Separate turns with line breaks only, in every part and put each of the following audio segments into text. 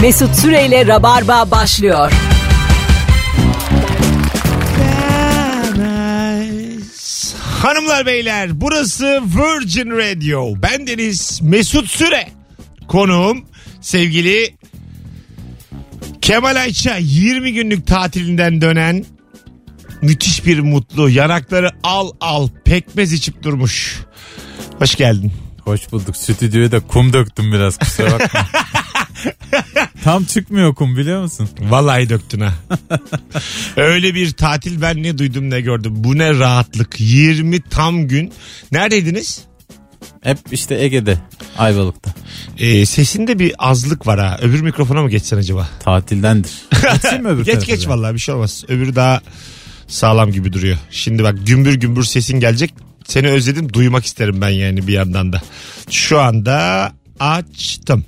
Mesut Süreyle Rabarba başlıyor.
Hanımlar beyler burası Virgin Radio. Ben Deniz Mesut Süre. Konuğum sevgili Kemal Ayça 20 günlük tatilinden dönen müthiş bir mutlu. Yanakları al al pekmez içip durmuş. Hoş geldin.
Hoş bulduk. Stüdyoya da kum döktüm biraz kusura bakma. Tam çıkmıyor kum biliyor musun?
Vallahi döktün ha. Öyle bir tatil ben ne duydum ne gördüm. Bu ne rahatlık. 20 tam gün. Neredeydiniz?
Hep işte Ege'de, Ayvalık'ta.
Ee, sesinde bir azlık var ha. Öbür mikrofona mı geçsen acaba?
Tatildendir. Geçeyim mi öbür
Geç
tarafa
geç
ben?
vallahi bir şey olmaz. Öbürü daha sağlam gibi duruyor. Şimdi bak gümbür gümbür sesin gelecek. Seni özledim duymak isterim ben yani bir yandan da. Şu anda açtım.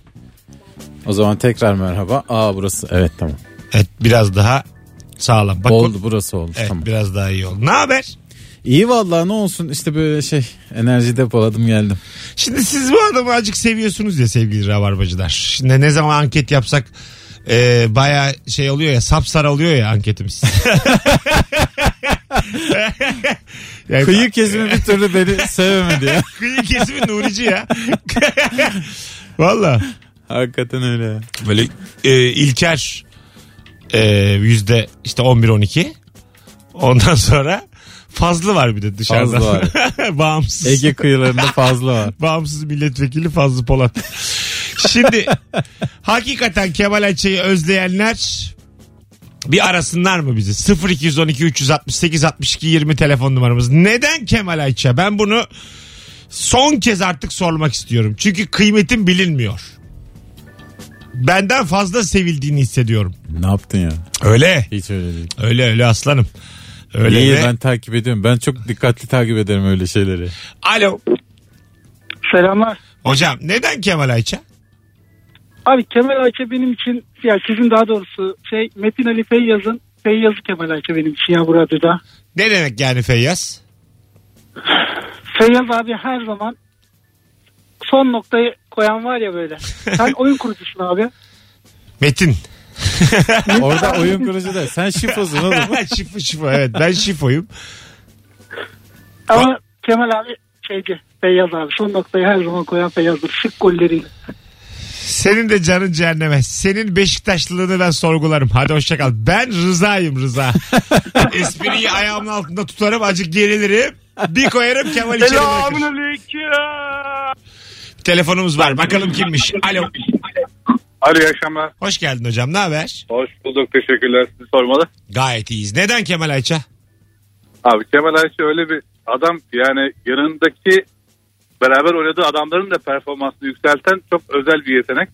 O zaman tekrar merhaba. Aa burası. Evet tamam.
Evet biraz daha sağlam. Bak,
oldu burası oldu.
Evet
Tamam.
biraz daha iyi oldu. Ne haber?
İyi vallahi ne olsun işte böyle şey enerji depoladım geldim.
Şimdi siz bu adamı acık seviyorsunuz ya sevgili rabarbacılar. Şimdi ne zaman anket yapsak e, baya şey oluyor ya sapsarı oluyor ya anketimiz. yani,
Kıyı kesimi bir türlü beni sevemedi ya.
kıyı kesimi Nurici ya. Valla.
Hakikaten öyle.
Böyle e, İlker e, yüzde işte 11-12. Ondan sonra Fazlı var bir de dışarıdan.
Fazlı
Bağımsız.
Ege kıyılarında fazla var.
Bağımsız milletvekili Fazlı Polat. Şimdi hakikaten Kemal Ayça'yı özleyenler bir arasınlar mı bizi? 0212 368 62 20 telefon numaramız. Neden Kemal Ayça? Ben bunu son kez artık sormak istiyorum. Çünkü kıymetim bilinmiyor. Benden fazla sevildiğini hissediyorum.
Ne yaptın ya?
Öyle.
Hiç öyle değil.
Öyle öyle aslanım. Öyle
İyi
ve-
ben takip ediyorum. Ben çok dikkatli takip ederim öyle şeyleri.
Alo.
Selamlar.
Hocam neden Kemal Ayça?
Abi Kemal Ayça benim için ya sizin daha doğrusu şey Metin Ali Feyyaz'ın Feyyaz'ı Kemal Ayça benim için ya bu radyoda.
Ne demek yani Feyyaz?
Feyyaz abi her zaman son noktayı koyan var ya böyle. Sen oyun kurucusun abi.
Metin.
Orada oyun kurucu da sen şifosun oğlum.
şifo şifo evet ben şifoyum.
Ama Kemal abi şeydi Feyyaz abi son noktayı her zaman koyan Feyyaz'dır. Şık golleriyle.
Senin de canın cehenneme. Senin Beşiktaşlılığını ben sorgularım. Hadi hoşçakal. Ben Rıza'yım Rıza. Espriyi ayağımın altında tutarım. Acık gerilirim. Bir koyarım Kemal içeri bırakır.
aleyküm.
Telefonumuz var. Bakalım kimmiş. Alo.
Alo iyi akşamlar.
Hoş geldin hocam. Ne haber?
Hoş bulduk teşekkürler sizi sormalı.
Gayet iyiyiz. Neden Kemal Ayça?
Abi Kemal Ayşe öyle bir adam ki yani yanındaki beraber oynadığı adamların da performansını yükselten çok özel bir yetenek.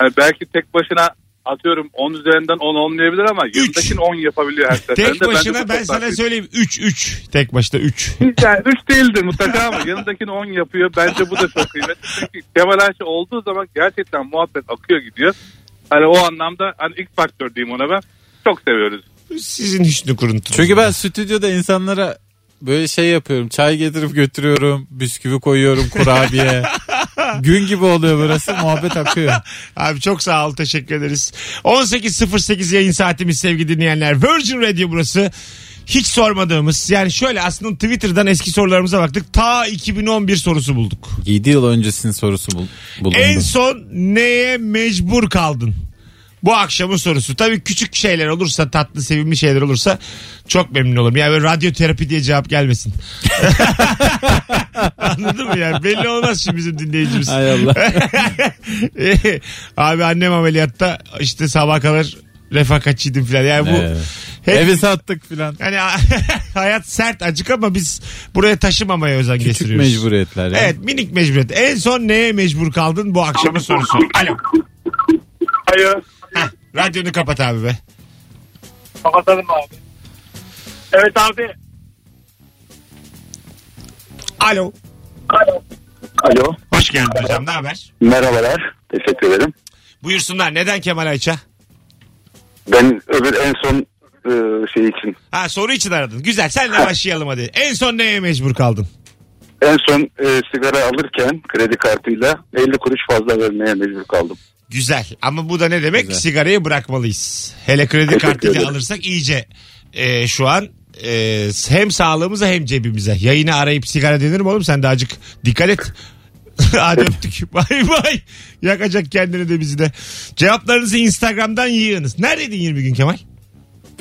Yani belki tek başına atıyorum 10 üzerinden 10 olmayabilir ama yanındakinin 10 yapabiliyor her seferinde.
Tek başına
Bence
ben
çok
sana
farklı.
söyleyeyim. 3 3. Tek başına 3.
Yani 3 değildir mutlaka ama yanındakini 10 yapıyor. Bence bu da çok kıymetli. Çünkü Kemal Ayşe olduğu zaman gerçekten muhabbet akıyor gidiyor. Hani o anlamda hani ilk faktör diyeyim ona ben. Çok seviyoruz.
Sizin hüsnü kuruntunuz.
Çünkü ben stüdyoda insanlara böyle şey yapıyorum. Çay getirip götürüyorum. Bisküvi koyuyorum kurabiye. Gün gibi oluyor burası. Muhabbet akıyor.
Abi çok sağ ol teşekkür ederiz. 18.08 yayın saatimiz sevgili dinleyenler. Virgin Radio burası. Hiç sormadığımız yani şöyle aslında Twitter'dan eski sorularımıza baktık. Ta 2011 sorusu bulduk.
7 yıl öncesinin sorusu bul bulundu.
En son neye mecbur kaldın? Bu akşamın sorusu. Tabii küçük şeyler olursa tatlı sevimli şeyler olursa çok memnun olurum. Yani böyle radyoterapi diye cevap gelmesin. Anladın mı yani? Belli olmaz şimdi bizim dinleyicimiz.
Hay Allah.
Ee, Abi annem ameliyatta işte sabah kadar refakatçiydim filan. Yani bu
Evet.
hep
Evi sattık filan.
yani hayat sert acık ama biz buraya taşımamaya özen
Küçük
gösteriyoruz.
mecburiyetler. ya.
Evet minik mecburiyet. En son neye mecbur kaldın bu akşamın sorusu. Alo.
Hayır.
Heh, radyonu kapat abi be.
Kapatalım abi. Evet abi.
Alo.
Alo.
Hoş geldin hocam ne haber?
Merhabalar. Teşekkür ederim.
Buyursunlar neden Kemal Ayça?
Ben öbür en son e, şey için.
Ha soru için aradın. Güzel senle başlayalım hadi. En son neye mecbur kaldın?
En son e, sigara alırken kredi kartıyla 50 kuruş fazla vermeye mecbur kaldım.
Güzel. Ama bu da ne demek?
Güzel.
Sigarayı bırakmalıyız. Hele kredi
Teşekkür
kartıyla
ederim.
alırsak iyice e, şu an e, hem sağlığımıza hem cebimize. Yayını arayıp sigara denir mi oğlum? Sen de acık dikkat et. Hadi öptük. Bay bay. Yakacak kendini de bizi de. Cevaplarınızı Instagram'dan yığınız. Neredeydin 20 gün Kemal?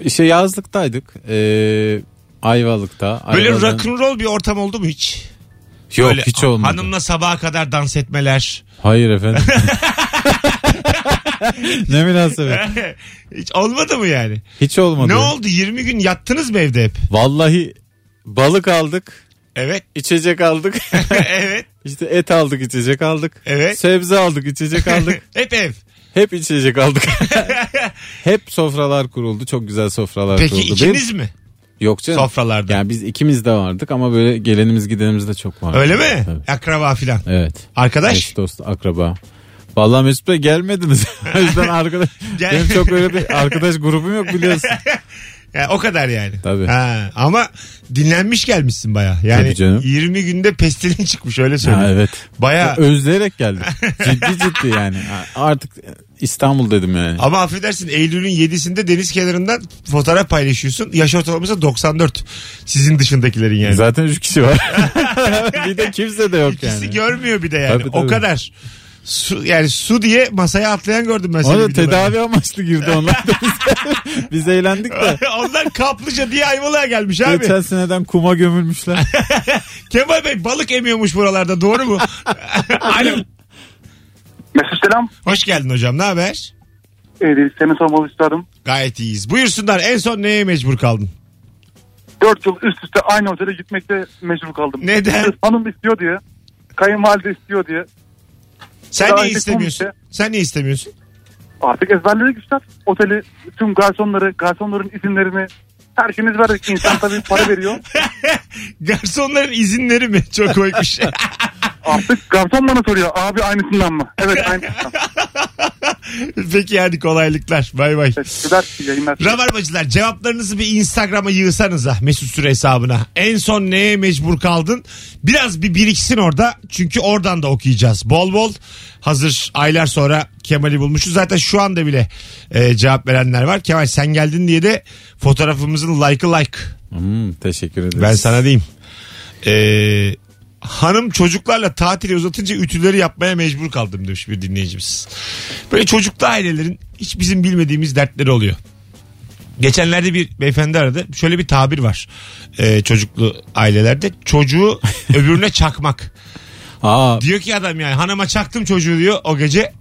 İşte yazlıktaydık. Ee, Ayvalık'ta.
Böyle
Ayvalık'ın-
rock'n'roll bir ortam oldu mu hiç?
Yok
Böyle
hiç olmadı.
Hanımla sabaha kadar dans etmeler.
Hayır efendim. ne münasebet.
hiç olmadı mı yani?
Hiç olmadı.
Ne oldu? 20 gün yattınız mı evde hep?
Vallahi balık aldık.
Evet.
içecek aldık.
evet.
işte et aldık, içecek aldık.
Evet.
Sebze aldık, içecek aldık.
Hep ev.
Hep içecek aldık. Hep sofralar kuruldu. Çok güzel sofralar
Peki
kuruldu.
ikiniz mi?
Benim- Yok canım.
Sofralarda.
Yani biz ikimiz de vardık ama böyle gelenimiz gidenimiz de çok vardı.
Öyle mi?
Tabii.
Akraba filan.
Evet.
Arkadaş.
Eş dost, akraba. Vallahi Mesut Bey gelmediniz. o yüzden arkadaş.
Gel-
Benim çok öyle bir arkadaş grubum yok biliyorsun.
Ya o kadar yani.
Tabii.
Ha, ama dinlenmiş gelmişsin baya. Yani
Tabii canım.
20 günde pestilin çıkmış öyle söyleyeyim.
Ha, evet.
Baya
Özleyerek geldim. ciddi ciddi yani. Artık İstanbul dedim yani.
ama affedersin Eylül'ün 7'sinde deniz kenarından fotoğraf paylaşıyorsun. Yaş ortalaması 94. Sizin dışındakilerin yani.
Zaten üç kişi var. bir de kimse de yok
İkisi
yani.
görmüyor bir de yani.
Tabii,
O
tabii.
kadar. Su, yani su diye masaya atlayan gördüm ben
O
seni
da
videolarda.
tedavi amaçlı girdi onlar da biz, biz eğlendik de.
Onlar kaplıca diye Ayvalık'a gelmiş abi.
Geçen seneden kuma gömülmüşler.
Kemal Bey balık emiyormuş buralarda doğru mu? Alo.
Mesut selam.
Hoş geldin hocam ne haber?
Evet, Ee, seni sormalı istedim.
Gayet iyiyiz. Buyursunlar en son neye mecbur kaldın?
4 yıl üst üste aynı otele gitmekte mecbur kaldım.
Neden?
Sırf Hanım istiyor diye. Kayınvalide istiyor diye.
Sen
Daha
niye
önce
istemiyorsun?
komşu.
Sen niye istemiyorsun?
Artık ezberledik üstad. Oteli tüm garsonları, garsonların isimlerini her şeyimiz verdik. İnsan tabii para veriyor.
Garsonların izinleri mi? Çok koymuş.
Artık garson bana soruyor. Abi aynısından mı? Evet aynısından.
Peki hadi kolaylıklar. Bay bay.
Teşekkürler. iyi Yayınlar.
Rabarbacılar cevaplarınızı bir Instagram'a yığsanıza Mesut Süre hesabına. En son neye mecbur kaldın? Biraz bir biriksin orada. Çünkü oradan da okuyacağız. Bol bol hazır aylar sonra Kemal'i bulmuşuz. Zaten şu anda bile e, cevap verenler var. Kemal sen geldin diye de fotoğrafımızın like'ı like.
Hmm, teşekkür ederiz.
Ben sana diyeyim. Ee, hanım çocuklarla tatili uzatınca ütüleri yapmaya mecbur kaldım demiş bir dinleyicimiz. Böyle çocuklu ailelerin hiç bizim bilmediğimiz dertleri oluyor. Geçenlerde bir beyefendi aradı. Şöyle bir tabir var. Ee, çocuklu ailelerde çocuğu öbürüne çakmak.
Aa,
Diyor ki adam yani hanıma çaktım çocuğu diyor o gece.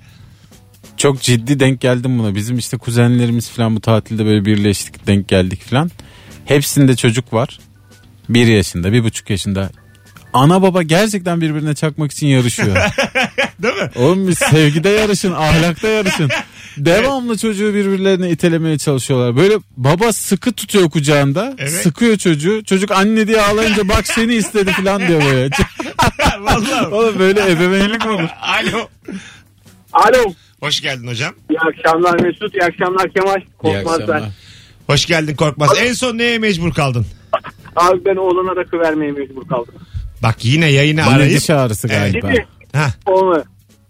çok ciddi denk geldim buna. Bizim işte kuzenlerimiz falan bu tatilde böyle birleştik denk geldik falan. Hepsinde çocuk var. Bir yaşında, bir buçuk yaşında. Ana baba gerçekten birbirine çakmak için yarışıyor.
Değil mi?
Oğlum biz sevgide yarışın, ahlakta yarışın. Devamlı çocuğu birbirlerine itelemeye çalışıyorlar. Böyle baba sıkı tutuyor kucağında.
Evet.
Sıkıyor çocuğu. Çocuk anne diye ağlayınca bak seni istedi falan diyor böyle.
Vallahi.
Oğlum böyle ebeveynlik mi olur?
Alo.
Alo.
Hoş geldin hocam.
İyi akşamlar Mesut. İyi akşamlar Kemal. Korkmaz ben.
Hoş geldin Korkmaz. En son neye mecbur kaldın?
Abi ben oğlana rakı vermeye mecbur kaldım.
Bak yine yayını
Bana
arayıp.
diş ağrısı galiba.
Şimdi
Hah.
onu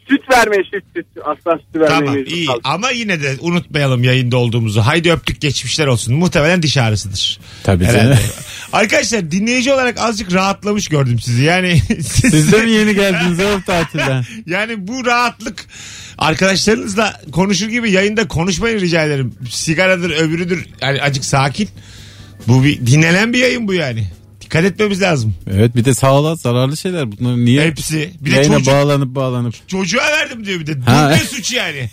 süt vermeye süt süt. Aslan sütü vermeye
Tamam
mecbur
iyi
kaldım.
ama yine de unutmayalım yayında olduğumuzu. Haydi öptük geçmişler olsun. Muhtemelen diş ağrısıdır.
Tabii
Herhalde.
canım.
Arkadaşlar dinleyici olarak azıcık rahatlamış gördüm sizi. Yani siz-
Siz de mi yeni geldiniz oğlum tatilden?
yani bu rahatlık arkadaşlarınızla konuşur gibi yayında konuşmayın rica ederim. Sigaradır öbürüdür. Yani acık sakin. Bu bir dinlenen bir yayın bu yani. Dikkat etmemiz lazım.
Evet bir de sağlığa zararlı şeyler bunlar. Niye?
Hepsi. E, Bir de
Yayına
çocuk,
bağlanıp bağlanıp.
çocuğa verdim diyor bir de.
Ha.
Bu ne suç yani?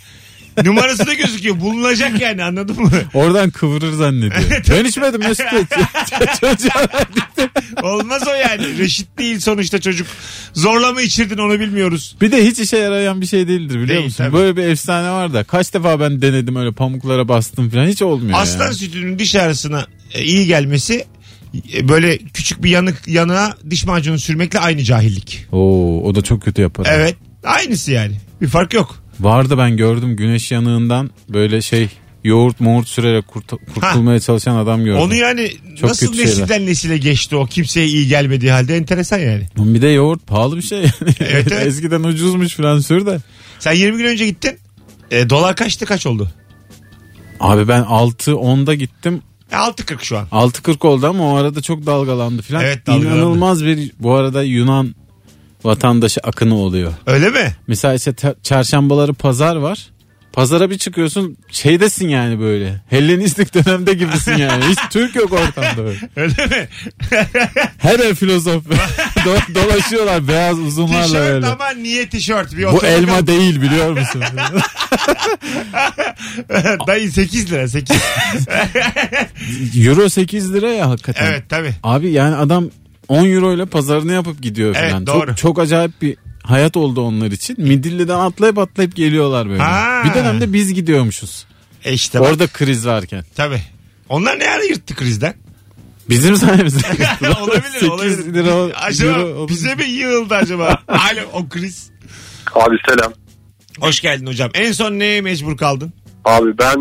Numarası da gözüküyor. Bulunacak yani anladın mı?
Oradan kıvırır zannediyor. ben içmedim Mesut Bey. Çocuğa verdik.
Olmaz o yani. Reşit değil sonuçta çocuk. Zorla mı içirdin onu bilmiyoruz.
Bir de hiç işe yarayan bir şey değildir biliyor
Değil,
musun?
tabii.
Böyle bir efsane var da kaç defa ben denedim öyle pamuklara bastım falan hiç olmuyor
Aslan
yani.
sütünün diş ağrısına e, iyi gelmesi e, böyle küçük bir yanık yanığa diş macunu sürmekle aynı cahillik.
Oo, o da çok kötü yapar.
Evet. Aynısı yani. Bir fark yok.
Vardı ben gördüm güneş yanığından böyle şey yoğurt moğurt sürerek kurt- kurtulmaya çalışan adam gördüm.
Onu yani
Çok
nasıl
kötü şeyler.
nesilden nesile geçti o kimseye iyi gelmediği halde enteresan yani.
Bir de yoğurt pahalı bir şey.
Evet, evet.
Eskiden ucuzmuş falan sür de.
Sen 20 gün önce gittin. E, dolar kaçtı kaç oldu?
Abi ben 6.10'da gittim.
E, 6.40 şu an.
6.40 oldu ama o arada çok dalgalandı filan.
Evet, dalgalandı.
İnanılmaz bir bu arada Yunan vatandaşı akını oluyor.
Öyle mi?
Mesela işte te- çarşambaları pazar var. Pazara bir çıkıyorsun şeydesin yani böyle. Hellenistik dönemde gibisin yani. Hiç Türk yok ortamda böyle.
Öyle mi?
Her ev filozof. Do- dolaşıyorlar beyaz uzunlarla
tişört
böyle.
ama niye tişört? Bir
Bu
otomobil-
elma değil biliyor musun?
Dayı 8 lira 8.
Euro 8 lira ya hakikaten.
evet tabii.
Abi yani adam 10 euro ile pazarını yapıp gidiyor
Evet,
falan.
doğru.
Çok, çok acayip bir hayat oldu onlar için. Midilli'den atlayıp atlayıp geliyorlar böyle.
Ha.
Bir dönemde biz gidiyormuşuz.
E işte bak,
Orada kriz varken.
tabii. Onlar ne ara yırttı krizden?
Bizim sayemizde.
olabilir
8
olabilir.
lira o-
acaba
euro olunca-
bize mi yığıldı acaba? Alo o kriz.
Abi selam.
Hoş geldin hocam. En son neye mecbur kaldın?
Abi ben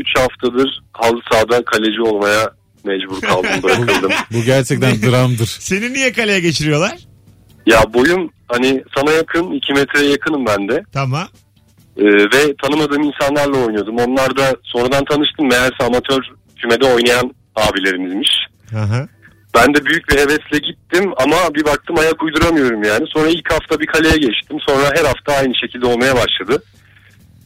3 haftadır halı sahadan kaleci olmaya mecbur kaldım bırakıldım.
Bu gerçekten dramdır.
Seni niye kaleye geçiriyorlar?
ya boyum hani sana yakın 2 metreye yakınım ben de.
Tamam.
Ee, ve tanımadığım insanlarla oynuyordum. Onlar da sonradan tanıştım. Meğerse amatör kümede oynayan abilerimizmiş.
Aha.
Ben de büyük bir hevesle gittim ama bir baktım ayak uyduramıyorum yani. Sonra ilk hafta bir kaleye geçtim. Sonra her hafta aynı şekilde olmaya başladı.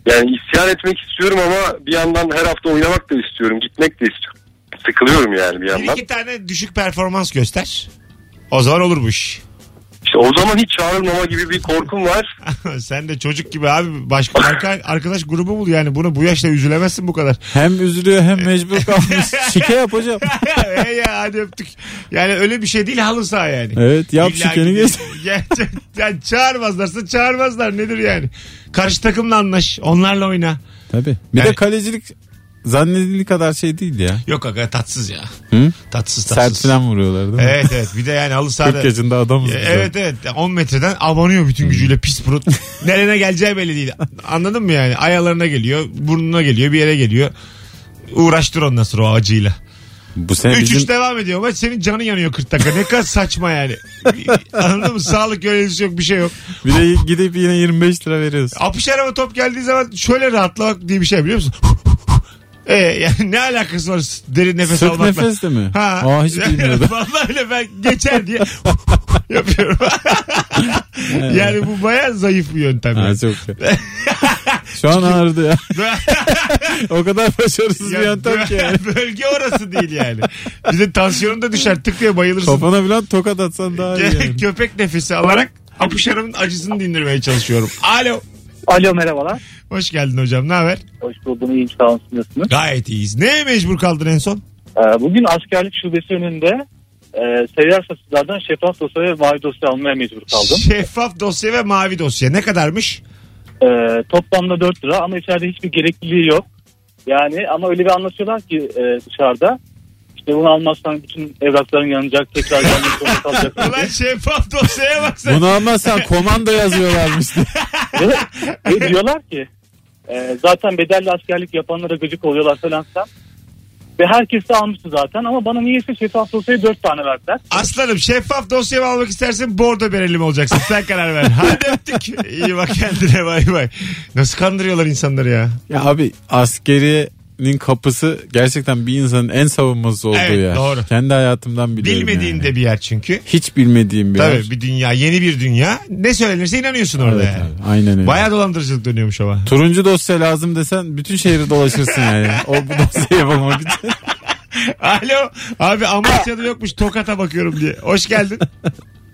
Yani isyan etmek istiyorum ama bir yandan her hafta oynamak da istiyorum. Gitmek de istiyorum. Sıkılıyorum yani bir
Bir
yandan.
iki tane düşük performans göster. O zaman olur bu iş.
İşte o zaman hiç çağrılmama gibi bir korkum var.
Sen de çocuk gibi abi başka arka- arkadaş grubu bul yani bunu bu yaşta üzülemezsin bu kadar.
Hem üzülüyor hem mecbur kalmış. Şike yap hocam.
ya, ya, hadi öptük. Yani öyle bir şey değil halı saha yani.
Evet yap
İlla
şikeni
gidip-
geç.
Gerçekten çağırmazlarsa çağırmazlar nedir yani. Karşı takımla anlaş onlarla oyna.
Tabii. Bir
Yani-
de kalecilik zannedildiği kadar şey değil ya.
Yok aga tatsız ya.
Hı?
Tatsız
Sert
tatsız.
falan vuruyorlar değil mi?
Evet evet bir de yani halı sahada.
40 yaşında adamız.
E,
biz.
Evet evet 10 metreden abanıyor bütün gücüyle pis burun. Nerene geleceği belli değil. Anladın mı yani? Ayalarına geliyor, burnuna geliyor, bir yere geliyor. Uğraştır ondan sonra o acıyla.
Bu sene
3-3
bizim
devam ediyor maç senin canın yanıyor 40 dakika. Ne kadar saçma yani. Anladın mı? Sağlık görevlisi yok bir şey yok.
Bir de gidip yine 25 lira veriyorsun.
Apış araba top geldiği zaman şöyle rahatlamak diye bir şey biliyor musun? E, yani ne alakası var derin nefes
Sık
almakla?
nefes de mi? Aa, hiç bilmiyordum.
Vallahi öyle ben geçer diye yapıyorum. yani bu baya zayıf bir yöntem.
Ha,
yani.
çok iyi. Şu an ağrıdı ya. o kadar başarısız
Ya
bir yöntem ki. yani.
bö- Bölge orası değil yani. Bize tansiyonun da düşer tık diye bayılırsın.
Kafana falan tokat atsan daha iyi yani.
Köpek nefesi alarak apışarımın acısını dindirmeye çalışıyorum. Alo.
Alo merhabalar.
Hoş geldin hocam ne haber?
Hoş buldum. İyiyim sağ olun. Nasılsınız?
Gayet iyiyiz. Neye mecbur kaldın en son?
Ee, Bugün askerlik şubesi önünde e, seyyar satıcılardan şeffaf dosya ve mavi dosya almaya mecbur kaldım.
Şeffaf dosya ve mavi dosya. Ne kadarmış?
Ee, toplamda 4 lira ama içeride hiçbir gerekliliği yok. Yani ama öyle bir anlatıyorlar ki e, dışarıda. İşte bunu almazsan bütün evrakların yanacak. Tekrar gelmek zorunda kalacaksın.
Ulan şeffaf dosyaya bak sen.
Bunu almazsan komando yazıyorlarmış. diye.
Ve- ve diyorlar ki e, zaten bedelli askerlik yapanlara gıcık oluyorlar falan filan. Ve herkes de almıştı zaten ama bana niyeyse şeffaf dosyayı 4 tane verdiler.
Aslanım şeffaf dosyamı almak istersen bordo bereli mi olacaksın? Sen karar ver. Hadi öptük. İyi bak kendine bay bay. Nasıl kandırıyorlar insanları ya?
ya abi askeriyenin kapısı gerçekten bir insanın en savunmasız olduğu
Evet,
yer.
doğru.
Kendi hayatımdan biliyorum
Bilmediğin
yani.
de bir yer çünkü.
Hiç bilmediğim bir yer.
Tabii bir dünya yeni bir dünya. Ne söylenirse inanıyorsun orada
Evet,
yani.
abi, aynen öyle.
Bayağı dolandırıcılık dönüyormuş ama.
Turuncu dosya lazım desen bütün şehri dolaşırsın yani. O bu dosyayı bulmak için.
Alo abi Amasya'da yokmuş Tokat'a bakıyorum diye. Hoş geldin.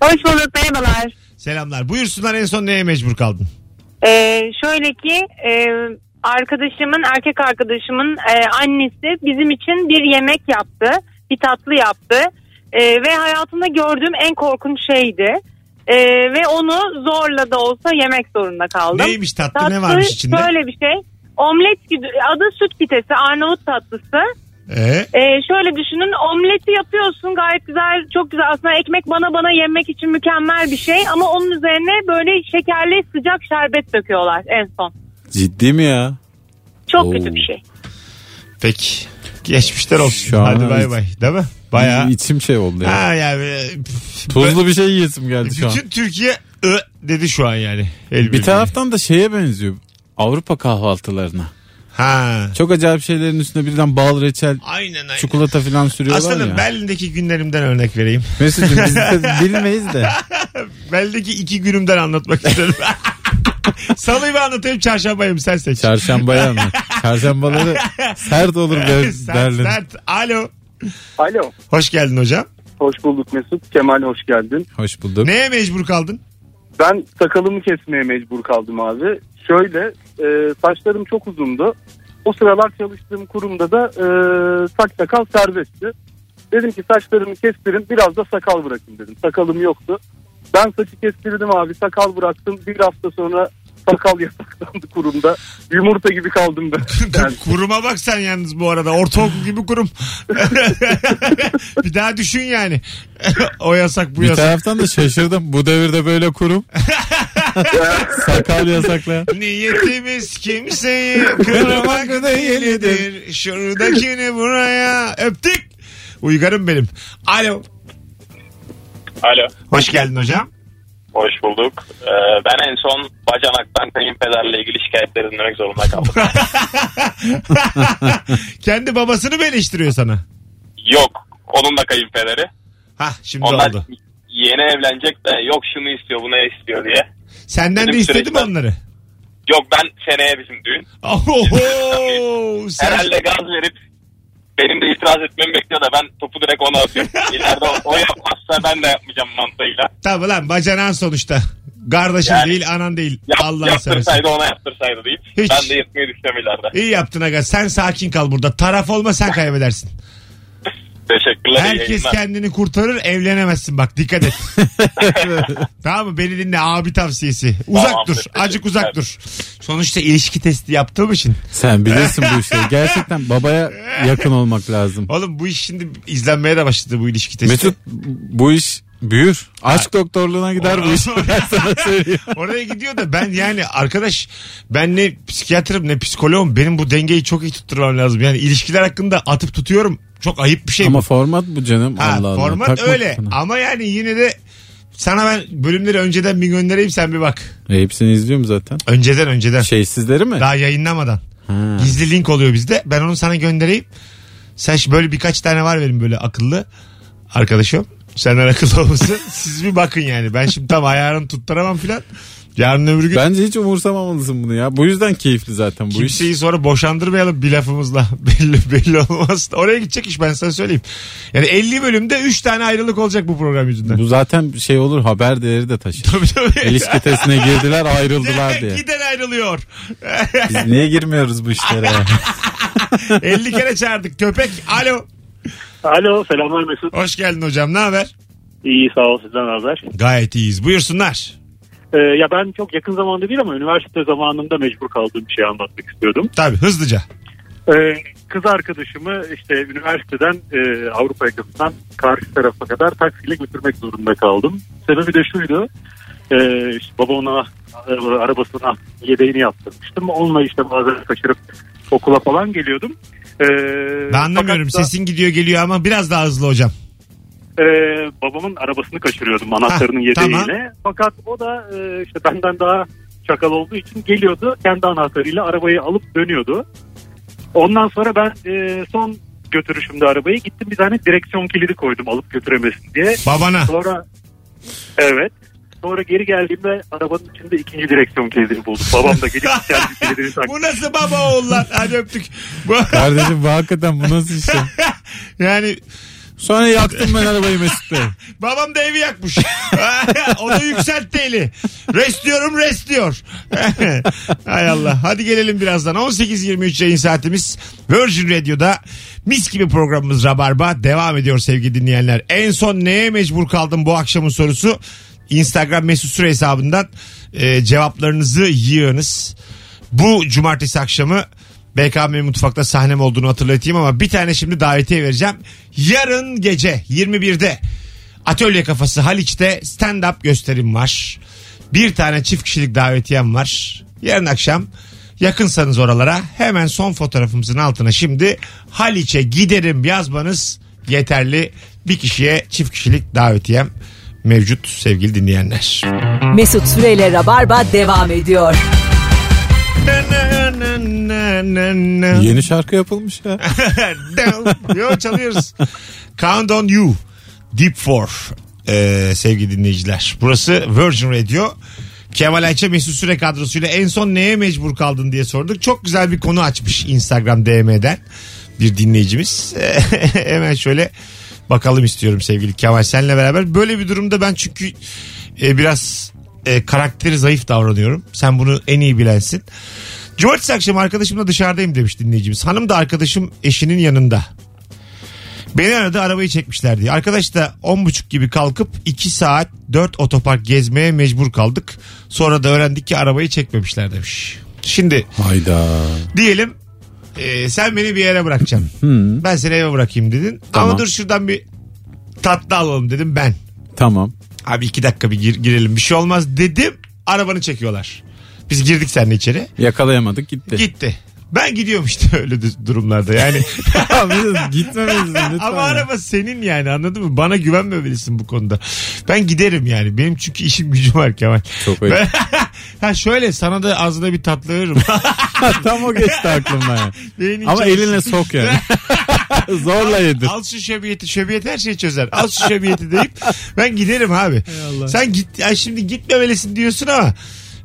Hoş bulduk merhabalar.
Selamlar. Buyursunlar en son neye mecbur kaldın?
Ee, şöyle ki e, arkadaşımın erkek arkadaşımın e, annesi bizim için bir yemek yaptı. Bir tatlı yaptı. E, ve hayatımda gördüğüm en korkunç şeydi. E, ve onu zorla da olsa yemek zorunda kaldım.
Neymiş tatlı ne varmış içinde?
şöyle bir şey. Omlet güdü- adı süt kitesi Arnavut tatlısı.
Ee?
Ee, şöyle düşünün omleti yapıyorsun gayet güzel çok güzel aslında ekmek bana bana yemek için mükemmel bir şey ama onun üzerine böyle şekerli sıcak şerbet döküyorlar en son.
Ciddi mi ya?
Çok
Oo.
kötü bir şey.
Peki. Geçmişler olsun.
Şu an
Hadi bay
hiç-
bay. Değil mi? Bayağı.
İçim şey oldu ya.
Ha yani. e,
Tuzlu bir şey yiyesim geldi şu an.
Bütün Türkiye ö dedi şu an yani. El birliği.
Bir taraftan da şeye benziyor. Avrupa kahvaltılarına.
Ha.
Çok acayip şeylerin üstüne birden bal reçel,
Aynen aynen.
çikolata falan sürüyorlar
Aslanım
ya.
Berlin'deki günlerimden örnek vereyim.
Mesut'cum biz de bilmeyiz de.
Berlin'deki iki günümden anlatmak istedim. Salıyı mı anlatayım çarşambayı mı sen seç.
Çarşambaya mı? Çarşambaları sert olur der,
Sert,
derler.
sert. Alo.
Alo.
Hoş geldin hocam.
Hoş bulduk Mesut. Kemal hoş geldin.
Hoş bulduk.
Neye mecbur kaldın?
Ben sakalımı kesmeye mecbur kaldım abi. Şöyle e, saçlarım çok uzundu. O sıralar çalıştığım kurumda da e, saç sakal serbestti. Dedim ki saçlarımı kestirin biraz da sakal bırakın dedim. Sakalım yoktu. Ben saçı kestirdim abi sakal bıraktım. Bir hafta sonra sakal yasaklandı kurumda. Yumurta gibi kaldım ben. Yani
Kuruma bak sen yalnız bu arada. Ortaokul gibi kurum. bir daha düşün yani. o yasak bu
Bir
yasak.
taraftan da şaşırdım. Bu devirde böyle kurum. Sakal yasakla.
Niyetimiz kimseyi kırmak değildir. Şuradakini buraya öptük. Uygarım benim. Alo.
Alo.
Hoş geldin hocam.
Hoş bulduk. Ee, ben en son bacanaktan kayınpederle ilgili şikayetleri dinlemek zorunda kaldım.
Kendi babasını mı eleştiriyor sana?
yok. Onun da kayınpederi.
Hah şimdi
Onlar
oldu.
yeni evlenecek de yok şunu istiyor bunu istiyor diye.
Senden de
Benim
istedim
süreçten-
onları.
Yok ben seneye bizim düğün.
Oho, sen-
Herhalde gaz verip benim de itiraz etmemi bekliyor da ben topu direkt ona atıyorum. İleride o- o yapmazsa ben de yapmayacağım mantığıyla.
Tabii lan bacanan sonuçta. Kardeşin
Yani-
değil anan değil.
Yap,
Allah seversen.
yaptırsaydı ona yaptırsaydı deyip
Hiç.
ben de yırtmayı düşünüyorum ileride.
İyi yaptın aga. Sen sakin kal burada. Taraf olma sen kaybedersin.
Teşekkürler. iyi
Herkes
yayınlar.
kendini kurtarır evlenemezsin bak dikkat et. tamam mı beni dinle abi tavsiyesi. Uzak
Tamamdır,
dur acık
teşekkürler.
uzak dur. Sonuçta ilişki testi yaptığım için.
Sen bilirsin bu işleri. Gerçekten babaya yakın olmak lazım.
Oğlum bu iş şimdi izlenmeye de başladı bu ilişki testi.
Mesut bu iş büyür. Aşk doktorluğuna gider bu iş. Ben sana söyleyeyim.
Oraya gidiyor da ben yani arkadaş ben ne psikiyatrım ne psikoloğum benim bu dengeyi çok iyi tutturmam lazım. Yani ilişkiler hakkında atıp tutuyorum çok ayıp bir şey.
Ama format bu canım.
Ha,
Allah Allah.
format
Takma
öyle
kafana.
ama yani yine de sana ben bölümleri önceden bir göndereyim sen bir bak.
E, hepsini izliyorum zaten.
Önceden önceden.
Şeysizleri mi?
Daha yayınlamadan.
Şey- Ha.
Gizli link oluyor bizde. Ben onu sana göndereyim. Sen şu- böyle birkaç tane var benim böyle akıllı arkadaşım. Senden akıllı olması. Siz bir bakın yani. Ben şimdi tam ayarını tutturamam filan. Yarın öbür gün
Bence hiç umursamamalısın bunu ya. Bu yüzden keyifli zaten bu iş.
kimseyi sonra boşandırmayalım bir lafımızla. belli belli olmaz. Oraya gidecek iş ben sana söyleyeyim. Yani 50 bölümde 3 tane ayrılık olacak bu program yüzünden.
Bu zaten şey olur haber değeri de taşır.
Tabii tabii.
İlişki testine girdiler ayrıldılar diye.
Giden ayrılıyor.
Biz niye girmiyoruz bu işlere?
50 kere çağırdık köpek. Alo.
Alo selamlar Mesut.
Hoş geldin hocam. Ne haber?
İyi sağ ol sizden haber.
Gayet iyiyiz. Buyursunlar.
Ee, ya ben çok yakın zamanda değil ama üniversite zamanında mecbur kaldığım bir şey anlatmak istiyordum.
Tabii hızlıca.
Ee, kız arkadaşımı işte üniversiteden e, Avrupa yakasından karşı tarafa kadar taksiyle götürmek zorunda kaldım. Sebebi de şuydu. E, işte baba ona e, arabasının aslında yedeğini yaptırmıştım. Onunla işte bazen kaçırıp okula falan geliyordum. Ee,
Ben anlamıyorum.
fakat da,
Sesin gidiyor geliyor ama biraz daha hızlı hocam.
e, babamın arabasını kaçırıyordum anahtarının
Ha, tamam.
yedeğiyle. Fakat o da e, işte benden daha çakal olduğu için geliyordu. Kendi anahtarıyla arabayı alıp dönüyordu. Ondan sonra ben e, son götürüşümde arabayı gittim bir tane direksiyon kilidi koydum alıp götüremesin diye.
Babana.
Sonra evet. Sonra geri geldiğimde arabanın içinde ikinci direksiyon kilidini buldum. Babam da gelip kendi kilidini taktı.
Bu nasıl baba oğul lan? Hadi öptük. Bu,
Kardeşim bu hakikaten bu nasıl iş? ya?
yani
Sonra yaktım ben arabayı Mesut Bey.
babam da evi yakmış. o da yükseltti eli. Rest diyorum rest diyor. Hay Allah. Hadi gelelim birazdan. 18.23 yayın saatimiz. Virgin Radio'da mis gibi programımız Rabarba devam ediyor sevgili dinleyenler. En son neye mecbur kaldım bu akşamın sorusu? Instagram mesut süre hesabından e, cevaplarınızı yığınız. Bu cumartesi akşamı BKM Mutfak'ta sahnem olduğunu hatırlatayım ama bir tane şimdi davetiye vereceğim. Yarın gece 21'de Atölye Kafası Haliç'te stand-up gösterim var. Bir tane çift kişilik davetiyem var. Yarın akşam yakınsanız oralara hemen son fotoğrafımızın altına şimdi Haliç'e giderim yazmanız yeterli. Bir kişiye çift kişilik davetiyem mevcut sevgili dinleyenler.
Mesut Süreyle Rabarba devam ediyor.
Na, na, na na na.
Yeni şarkı yapılmış ya.
Yo çalıyoruz. Count on you. Deep Four. Ee, sevgili dinleyiciler. Burası Virgin Radio. Kemal Ayça Mesut Süre kadrosuyla en son neye mecbur kaldın diye sorduk. Çok güzel bir konu açmış Instagram DM'den bir dinleyicimiz. Hemen şöyle bakalım istiyorum sevgili Kemal senle beraber. Böyle bir durumda ben çünkü e, biraz e, karakteri zayıf davranıyorum. Sen bunu en iyi bilensin. Cumartesi akşamı arkadaşımla dışarıdayım demiş dinleyicimiz. Hanım da arkadaşım eşinin yanında. Beni aradı arabayı çekmişler diye. Arkadaş da 10.30 gibi kalkıp 2 saat 4 otopark gezmeye mecbur kaldık. Sonra da öğrendik ki arabayı çekmemişler demiş. Şimdi
Hayda.
diyelim e, sen beni bir yere bırakacaksın. Ben seni eve bırakayım dedin.
Tamam.
Ama dur şuradan bir tatlı alalım dedim ben.
Tamam.
Abi iki dakika bir gir- girelim bir şey olmaz dedim. Arabanı çekiyorlar. Biz girdik seninle içeri.
Yakalayamadık gitti.
Gitti. Ben gidiyorum işte öyle dü- durumlarda yani.
Abi gitmemelisin lütfen.
Ama araba senin yani anladın mı? Bana güvenmemelisin bu konuda. Ben giderim yani. Benim çünkü işim gücüm var Kemal.
Çok ayıp.
Ben- ha şöyle sana da ağzına bir tatlı veririm.
Tam o geçti aklımdan.
Beynin
Ama
çalışsın.
eline sok yani. Zorla yedir.
Al şu şöbiyeti. Şöbiyet her şeyi çözer. Al şu şöbiyeti deyip ben giderim abi. Sen git ya şimdi gitmemelisin diyorsun ama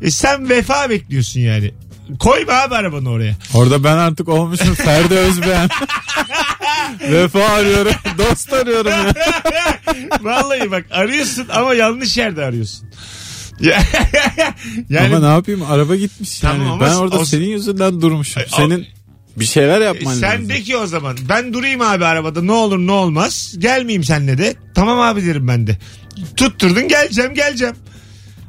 e, sen vefa bekliyorsun yani. Koyma abi arabanı oraya.
Orada ben artık olmuşum Ferdi Özbeğen. Vefa arıyorum. Dost arıyorum ya.
Vallahi bak arıyorsun ama yanlış yerde arıyorsun. Ya- yani
Ama ne yapayım araba gitmiş
Tamam
yani.
ama
ben orada
o-
senin yüzünden durmuşum.
Ay, E,
senin bir şeyler yapman
sen
lazım.
de ki o zaman ben durayım abi arabada ne olur ne olmaz gelmeyeyim seninle de tamam abi derim ben de tutturdun geleceğim geleceğim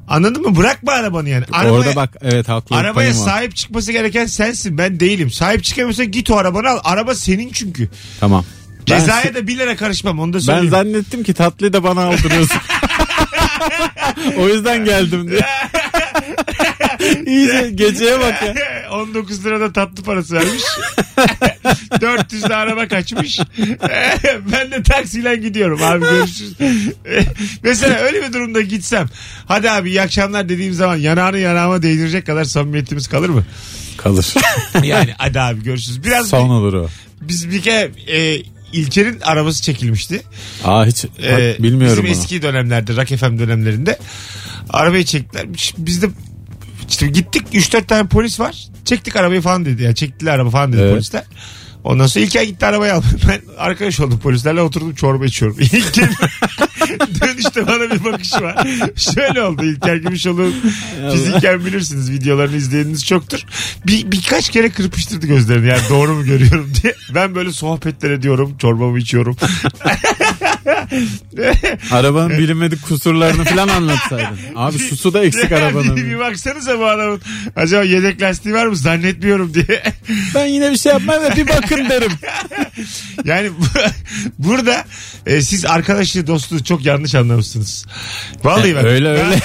anladın mı bırakma arabanı yani arabaya,
Orada bak şey evet haklı.
arabaya
payım var.
sahip çıkması gereken sensin ben değilim sahip çıkamıyorsan git o arabanı al araba senin çünkü
Tamam. Ben-
cezaya da 1 lira karışmam onu da
Ben
söyleyeyim
zannettim ki tatlıyı da bana aldırıyorsun. o yüzden geldim diye. İyice geceye bak ya.
19 lirada tatlı parası vermiş. 400 de araba kaçmış. ben de taksiyle gidiyorum abi görüşürüz. Mesela öyle bir durumda gitsem. Hadi abi iyi akşamlar dediğim zaman yanağını yanağıma değdirecek kadar samimiyetimiz kalır mı?
Kalır.
Yani hadi abi görüşürüz. Biraz
Son olur o.
biz bir kere e, İlker'in arabası çekilmişti.
Aa hiç
Ee,
bak, bilmiyorum
Bizim
onu.
eski dönemlerde Rock FM dönemlerinde arabayı çektiler. Biz de işte gittik 3-4 tane polis var. Çektik arabayı falan dedi. Yani çektiler araba falan dedi
Evet.
polisler. Ondan sonra İlker gitti arabayı aldı. Ben arkadaş oldum polislerle oturdum çorba içiyorum. İlker dönüşte bana bir bakış var. Şöyle oldu İlker Gümüşoğlu'nun fiziken bilirsiniz videolarını izleyeniniz çoktur. Bir, birkaç kere kırpıştırdı gözlerini yani doğru mu görüyorum diye. Ben böyle sohbetler ediyorum çorbamı içiyorum.
Arabanın bilinmedik kusurlarını falan anlatsaydın. Abi susu da
Ya
eksik
Bir,
arabanın.
bir baksanıza bu adamın. Acaba yedek lastiği var mı? Zannetmiyorum diye.
ben yine bir şey yapmam da bir bakın derim.
Yani bu- burada e, siz arkadaşlığı dostluğu çok yanlış anlamışsınız. Vallahi bak.
E, öyle öyle.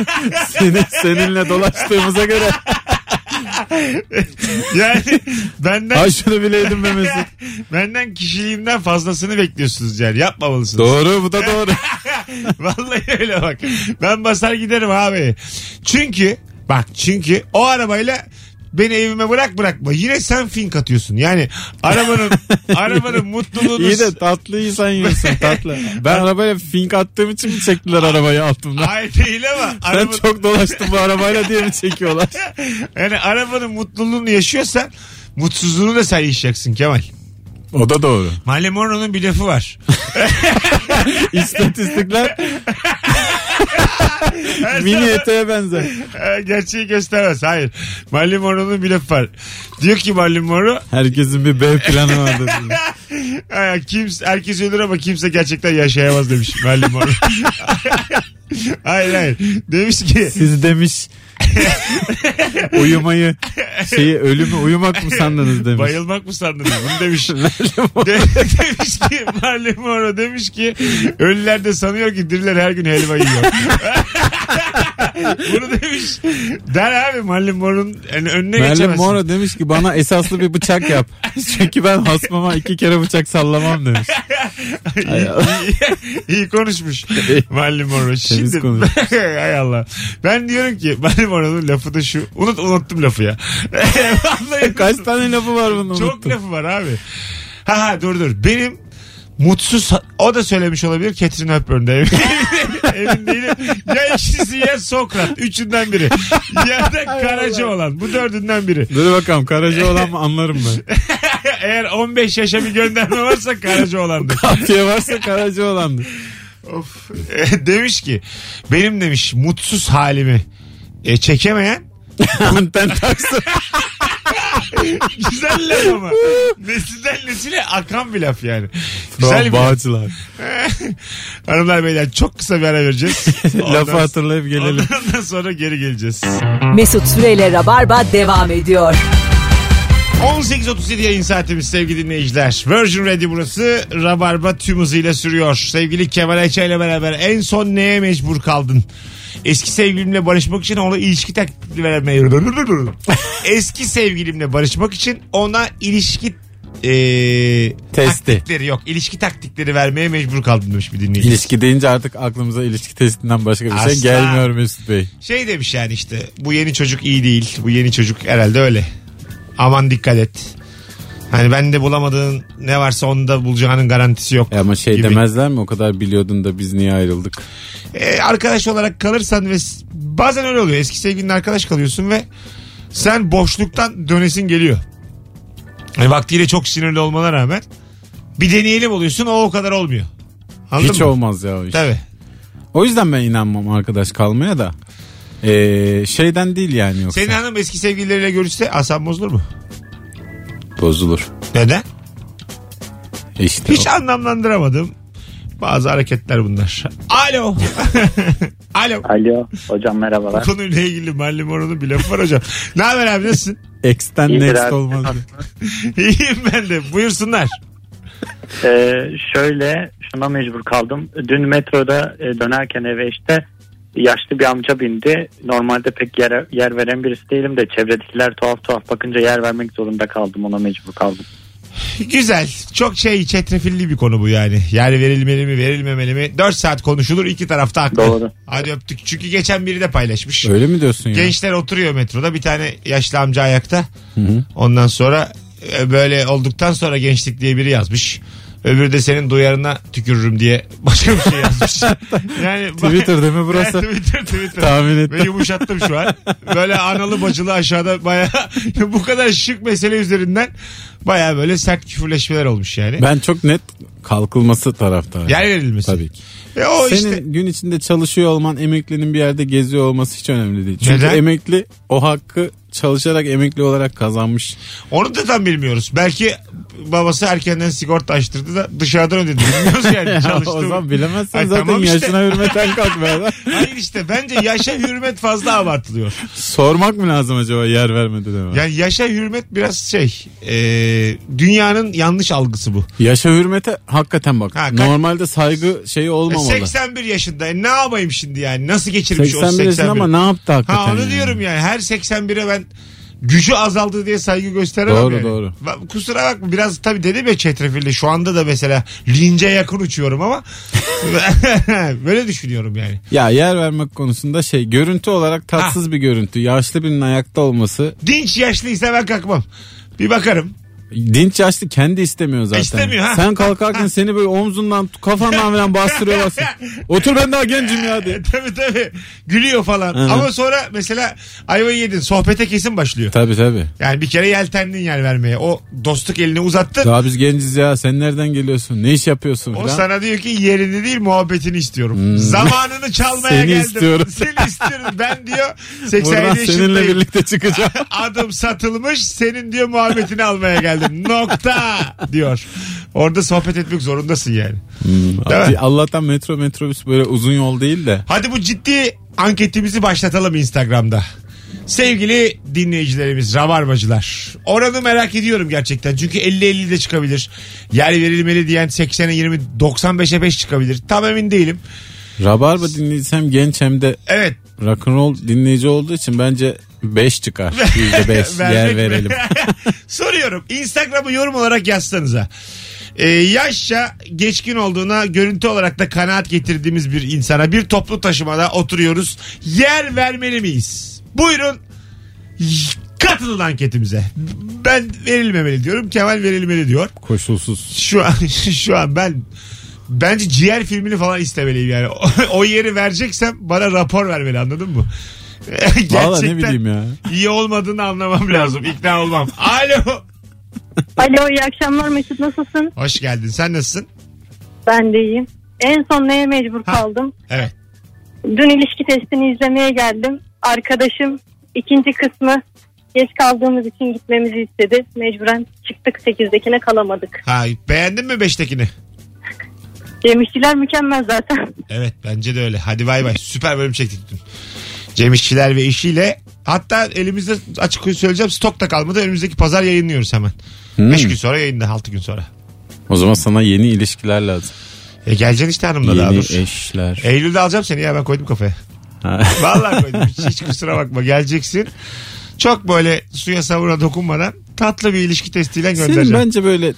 Senin, seninle dolaştığımıza göre.
Yani benden
Ay şunu bileydim be Mesut.
benden kişiliğimden fazlasını bekliyorsunuz yani. Yapmamalısınız.
Doğru bu da doğru.
Vallahi öyle bak. Ben basar giderim abi. Çünkü bak çünkü o arabayla beni evime bırak bırakma. Yine sen fink atıyorsun. Yani arabanın arabanın mutluluğunu
İyi de tatlıyı sen yiyorsun tatlı. Ben arabaya fink attığım için mi çektiler arabayı altımdan?
Hayır değil ama
Ben
arabanın,
çok dolaştım bu arabayla diye mi çekiyorlar?
yani arabanın mutluluğunu yaşıyorsan mutsuzluğunu da sen yaşayacaksın Kemal.
O da doğru.
Mahalle Monroe'nun bir lafı var.
İstatistikler mini eteğe benzer.
Ee, Gerçeği göstermez. Hayır. Mahalle Monroe'nun bir lafı var. Diyor ki Mahalle Monroe
Herkesin bir B planı vardır.
"Ee, kimse, herkes ölür ama kimse gerçekten yaşayamaz demiş Mahalle Monroe. hayır hayır. Demiş ki
Siz demiş uyumayı şeyi ölümü uyumak mı sandınız demiş.
Bayılmak mı sandınız? Bunu demiş. De- demiş ki Marilyn Monroe demiş ki ölüler de sanıyor ki diriler her gün helva yiyor. Bunu demiş. Der abi Marilyn Monroe'nun yani önüne
Merlin
geçemezsin.
Moro demiş ki bana esaslı bir bıçak yap. Çünkü ben hasmama iki kere bıçak sallamam demiş. Ay Allah.
İyi konuşmuş Marilyn Monroe. Şimdi
konuş.
hay Allah. Ben diyorum ki Marilyn Monroe'nun lafı da şu. Unut unuttum lafı ya. Vallahi
Kaç tane lafı var bunun
Çok
unuttum.
lafı var abi. Ha ha dur dur. Benim mutsuz o da söylemiş olabilir Catherine Hepburn'da emin, emin değilim. Ya ikisi ya Sokrat üçünden biri ya da Karaca olan bu dördünden biri.
Dur bakalım Karaca olan mı anlarım ben.
Eğer 15 yaşa bir gönderme varsa Karaca olandır.
Kafiye varsa Karaca olandır.
Of. E, demiş ki benim demiş mutsuz halimi e, çekemeyen
Anten taksın.
güzel laf ama. Nesilden nesile akan bir laf yani. Güzel
Tamam
bir laf.
bağcılar.
Hanımlar beyler çok kısa bir ara vereceğiz.
Lafı hatırlayıp gelelim.
Ondan sonra geri geleceğiz.
Mesut Süreyle Rabarba devam ediyor.
18.37 yayın saatimiz sevgili dinleyiciler. Virgin Radio burası. Rabarba tüm hızıyla sürüyor. Sevgili Kemal Ayça ile beraber en son neye mecbur kaldın? Eski sevgilimle barışmak için ona ilişki teklifi vermeye... Eski sevgilimle barışmak için ona ilişki eee,
Testi.
taktikleri yok. İlişki taktikleri vermeye mecbur kaldım demiş bir dinleyici.
İlişki deyince artık aklımıza ilişki testinden başka bir şey
Asla.
gelmiyor Mesut Bey.
Şey demiş yani işte bu yeni çocuk iyi değil. Bu yeni çocuk herhalde öyle. Aman dikkat et. Hani ben de bulamadığın ne varsa onu da bulacağının garantisi yok.
E ama şey
gibi.
demezler mi o kadar biliyordun da biz niye ayrıldık?
E, arkadaş olarak kalırsan ve s- bazen öyle oluyor. Eski sevgilinle arkadaş kalıyorsun ve sen boşluktan dönesin geliyor. Hani vaktiyle çok sinirli olmana rağmen bir deneyelim oluyorsun o o kadar olmuyor. Anladın
Hiç
mı?
olmaz ya o iş.
Tabii.
O yüzden ben inanmam arkadaş kalmaya da. Ee, şeyden değil yani yoksa.
Senin hanım eski sevgilileriyle görüşse asan bozulur mu?
Bozulur.
Neden?
E İşte
Hiç
o.
anlamlandıramadım. Bazı hareketler bunlar. Alo. Alo.
Alo hocam
Bu
merhabalar.
konuyla ilgili Marilyn Monroe'nun bir lafı var hocam. Ne haber abi nasılsın?
X'ten
İyidir
next
abi.
olmaz.
İyiyim ben de. Buyursunlar.
Ee, şöyle şuna mecbur kaldım. Dün metroda e, dönerken eve işte yaşlı bir amca bindi. Normalde pek yer, yer veren birisi değilim de çevredekiler tuhaf tuhaf bakınca yer vermek zorunda kaldım ona mecbur kaldım.
Güzel. Çok şey çetrefilli bir konu bu yani. Yani verilmeli mi verilmemeli mi? 4 saat konuşulur iki tarafta haklı.
Doğru.
Hadi öptük. Çünkü geçen biri de paylaşmış.
Öyle mi diyorsun ya?
Gençler oturuyor metroda bir tane yaşlı amca ayakta. Ondan sonra e, böyle olduktan sonra gençlik diye biri yazmış. Öbürü de senin duyarına tükürürüm diye başka bir şey yazmış. yani
Twitter değil mi burası?
Twitter Twitter.
Tahmin
Ve
ettim.
yumuşattım şu an. Böyle analı bacılı aşağıda baya bu kadar şık mesele üzerinden baya böyle sert küfürleşmeler olmuş yani.
Ben çok net kalkılması taraftarıyım.
Yer verilmesi.
Tabii ki.
E o
Senin
işte
gün içinde çalışıyor olman emeklinin bir yerde geziyor olması hiç önemli değil. Çünkü
Neden?
emekli o hakkı çalışarak emekli olarak kazanmış.
onu da tam bilmiyoruz. Belki babası erkenden sigorta açtırdı da dışarıdan ödedi. Bilmiyoruz yani çalıştı.
o
mı?
zaman bilemezsin
Ay,
zaten
tamam işte.
yaşına hürmeten kalk be adam.
Hayır işte bence yaşa hürmet fazla abartılıyor.
Sormak mı lazım acaba yer vermedi deme.
Yani yaşa hürmet biraz şey e, dünyanın yanlış algısı bu.
Yaşa hürmete hakikaten bak.
Ha, kaç-
Normalde saygı şeyi
E,
olmamalı.
81 yaşında e, ne yapayım şimdi yani nasıl geçirmiş
81
o
yaşında
81
ama ne yaptı hakikaten?
Ha onu
yani?
diyorum yani. Her 81'e ben gücü azaldı diye saygı gösteremem
Doğru,
yani.
doğru.
Ba- Kusura bakma biraz tabii dedim ya çetrefilli. Şu anda da mesela lince yakın uçuyorum ama böyle düşünüyorum yani.
Ya yer vermek konusunda şey görüntü olarak tatsız bir görüntü. Yaşlı birinin ayakta olması.
Dinç yaşlıysa ben kalkmam. Bir bakarım.
Dinç yaşlı kendi istemiyor zaten.
İstemiyor, ha.
Sen kalkarken seni böyle omzundan kafandan falan bastırıyor bastırıyor. Otur ben daha gencim ya diye.
E, tabii tabii. Gülüyor falan.
Hı.
Ama sonra mesela ayvayı yedin. Sohbete kesin başlıyor.
Tabii tabii.
Yani bir kere yeltendin yani vermeye. O dostluk elini uzattın.
Daha biz genciz ya sen nereden geliyorsun ne iş yapıyorsun
O
falan.
sana diyor ki yerini değil muhabbetini istiyorum. Zamanını çalmaya
Hmm. Seni
geldim.
istiyorum.
Seni istiyorum. Ben diyor 87
Buradan seninle
yaşındayım.
birlikte çıkacağım.
Adım satılmış senin diyor muhabbetini almaya geldim. Nokta diyor. Orada sohbet etmek zorundasın yani. Değil mi?
Allah'tan metro metrobüs böyle uzun yol değil de.
Hadi bu ciddi anketimizi başlatalım Instagram'da. Sevgili dinleyicilerimiz, rabarbacılar. Oranı merak ediyorum gerçekten. Çünkü 50-50 de çıkabilir. Yer verilmeli diyen 80'e 20, 95'e 5 çıkabilir. Tam emin değilim.
Rabarba dinleyici hem genç hem de
Evet.
rock'n'roll dinleyici olduğu için bence 5 çıkar. %5
Vermek
yer
mi?
verelim.
Soruyorum. Instagram'ı yorum olarak yazsanıza. Ee, yaşça geçkin olduğuna görüntü olarak da kanaat getirdiğimiz bir insana bir toplu taşımada oturuyoruz. Yer vermeli miyiz? Buyurun katılın anketimize. Ben verilmemeli diyorum. Kemal verilmeli diyor.
Koşulsuz.
Şu an şu an ben bence ciğer filmini falan istemeliyim yani. O, o yeri vereceksem bana rapor vermeli anladın mı?
Valla ne
Gerçekten
bileyim ya.
iyi olmadığını anlamam lazım. İkna olmam. Alo.
Alo iyi akşamlar Mesut nasılsın?
Hoş geldin. Sen nasılsın?
Ben de iyiyim. En son neye mecbur
Ha.
kaldım?
Evet.
Dün ilişki testini izlemeye geldim. Arkadaşım ikinci kısmı geç kaldığımız için gitmemizi istedi. Mecburen çıktık 8'dekine kalamadık.
Ha, beğendin mi beştekini?
Yemişçiler mükemmel zaten.
Evet bence de öyle. Hadi bay bay. Süper bölüm çektik dün. Cem İşçiler ve eşiyle hatta elimizde açık söyleyeceğim stok da kalmadı. Önümüzdeki pazar yayınlıyoruz hemen.
Hmm.
5 gün sonra yayında 6 gün sonra.
O zaman sana yeni ilişkiler lazım.
E geleceksin işte hanımla daha
yeni
dur.
eşler.
Eylül'de alacağım seni ya ben koydum kafaya.
Ha.
Vallahi koydum. Hiç, hiç kusura bakma geleceksin. Çok böyle suya savura dokunmadan tatlı bir ilişki testiyle
Senin
göndereceğim.
bence böyle,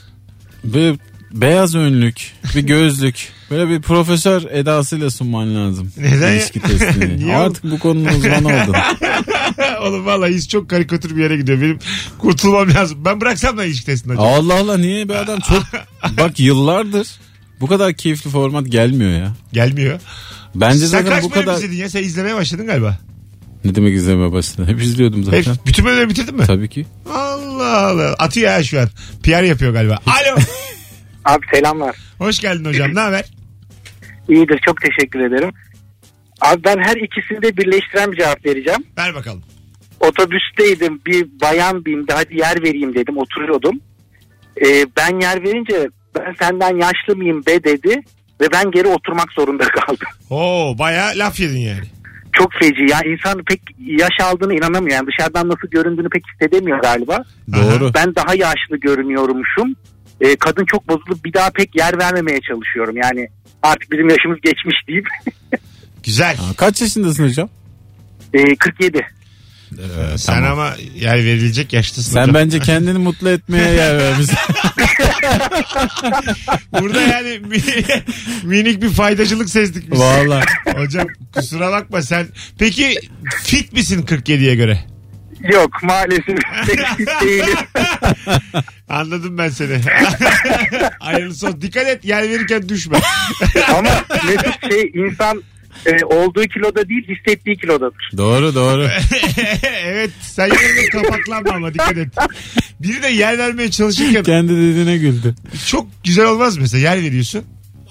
böyle beyaz önlük, bir gözlük, böyle bir profesör edasıyla sunman lazım.
Neden ya?
İlişki testini.
Niye oğlum?
Artık bu konunun uzmanı oldun.
Oğlum vallahi hiç çok karikatür bir yere gidiyor. Benim kurtulmam lazım. Ben bıraksam da ilişki testini acaba.
Allah Allah niye be adam çok bak yıllardır bu kadar keyifli format gelmiyor ya.
Gelmiyor.
Bence
Sen
zaten
kaç
bu
bölüm
kadar
izledin ya? Sen izlemeye başladın galiba.
ne demek izleme başladı. Hep izliyordum zaten.
Hep, bütün bölümleri bitirdin mi?
Tabii ki.
Allah Allah. Atıyor ya şu an. PR yapıyor galiba. Alo.
Abi selamlar.
Hoş geldin hocam. Ne haber?
İyidir çok teşekkür ederim. Abi ben her ikisini de birleştiren bir cevap vereceğim.
Ver bakalım.
Otobüsteydim bir bayan bindi hadi yer vereyim dedim oturuyordum. Ee, ben yer verince ben senden yaşlı mıyım be dedi ve ben geri oturmak zorunda kaldım.
Oo bayağı laf yedin yani.
Çok feci ya insan pek yaş aldığını inanamıyor yani dışarıdan nasıl göründüğünü pek hissedemiyor galiba.
Doğru.
Ben daha yaşlı görünüyormuşum. Ee, kadın çok bozulup bir daha pek yer vermemeye çalışıyorum yani artık bizim yaşımız geçmiş deyip
Güzel.
Ha, kaç yaşındasın hocam?
Ee, 47.
Ee,
Sen
tamam.
ama yer verilecek yaştasın
Sen
hocam.
bence kendini mutlu etmeye yer vermişsin.
Burada yani mi- minik bir faydacılık sezdik biz.
Valla.
Hocam kusura bakma sen. Peki fit misin 47'ye göre?
Yok maalesef pek değilim.
Anladım ben seni. Hayırlısı olsun. Dikkat et yer verirken düşme.
Ama Mesut şey insan e, olduğu kiloda değil hissettiği kilodadır.
Doğru doğru.
evet sen yerine kapaklanma ama dikkat et. Biri de yer vermeye çalışırken
Kendi dediğine güldü.
çok güzel olmaz mesela yer veriyorsun.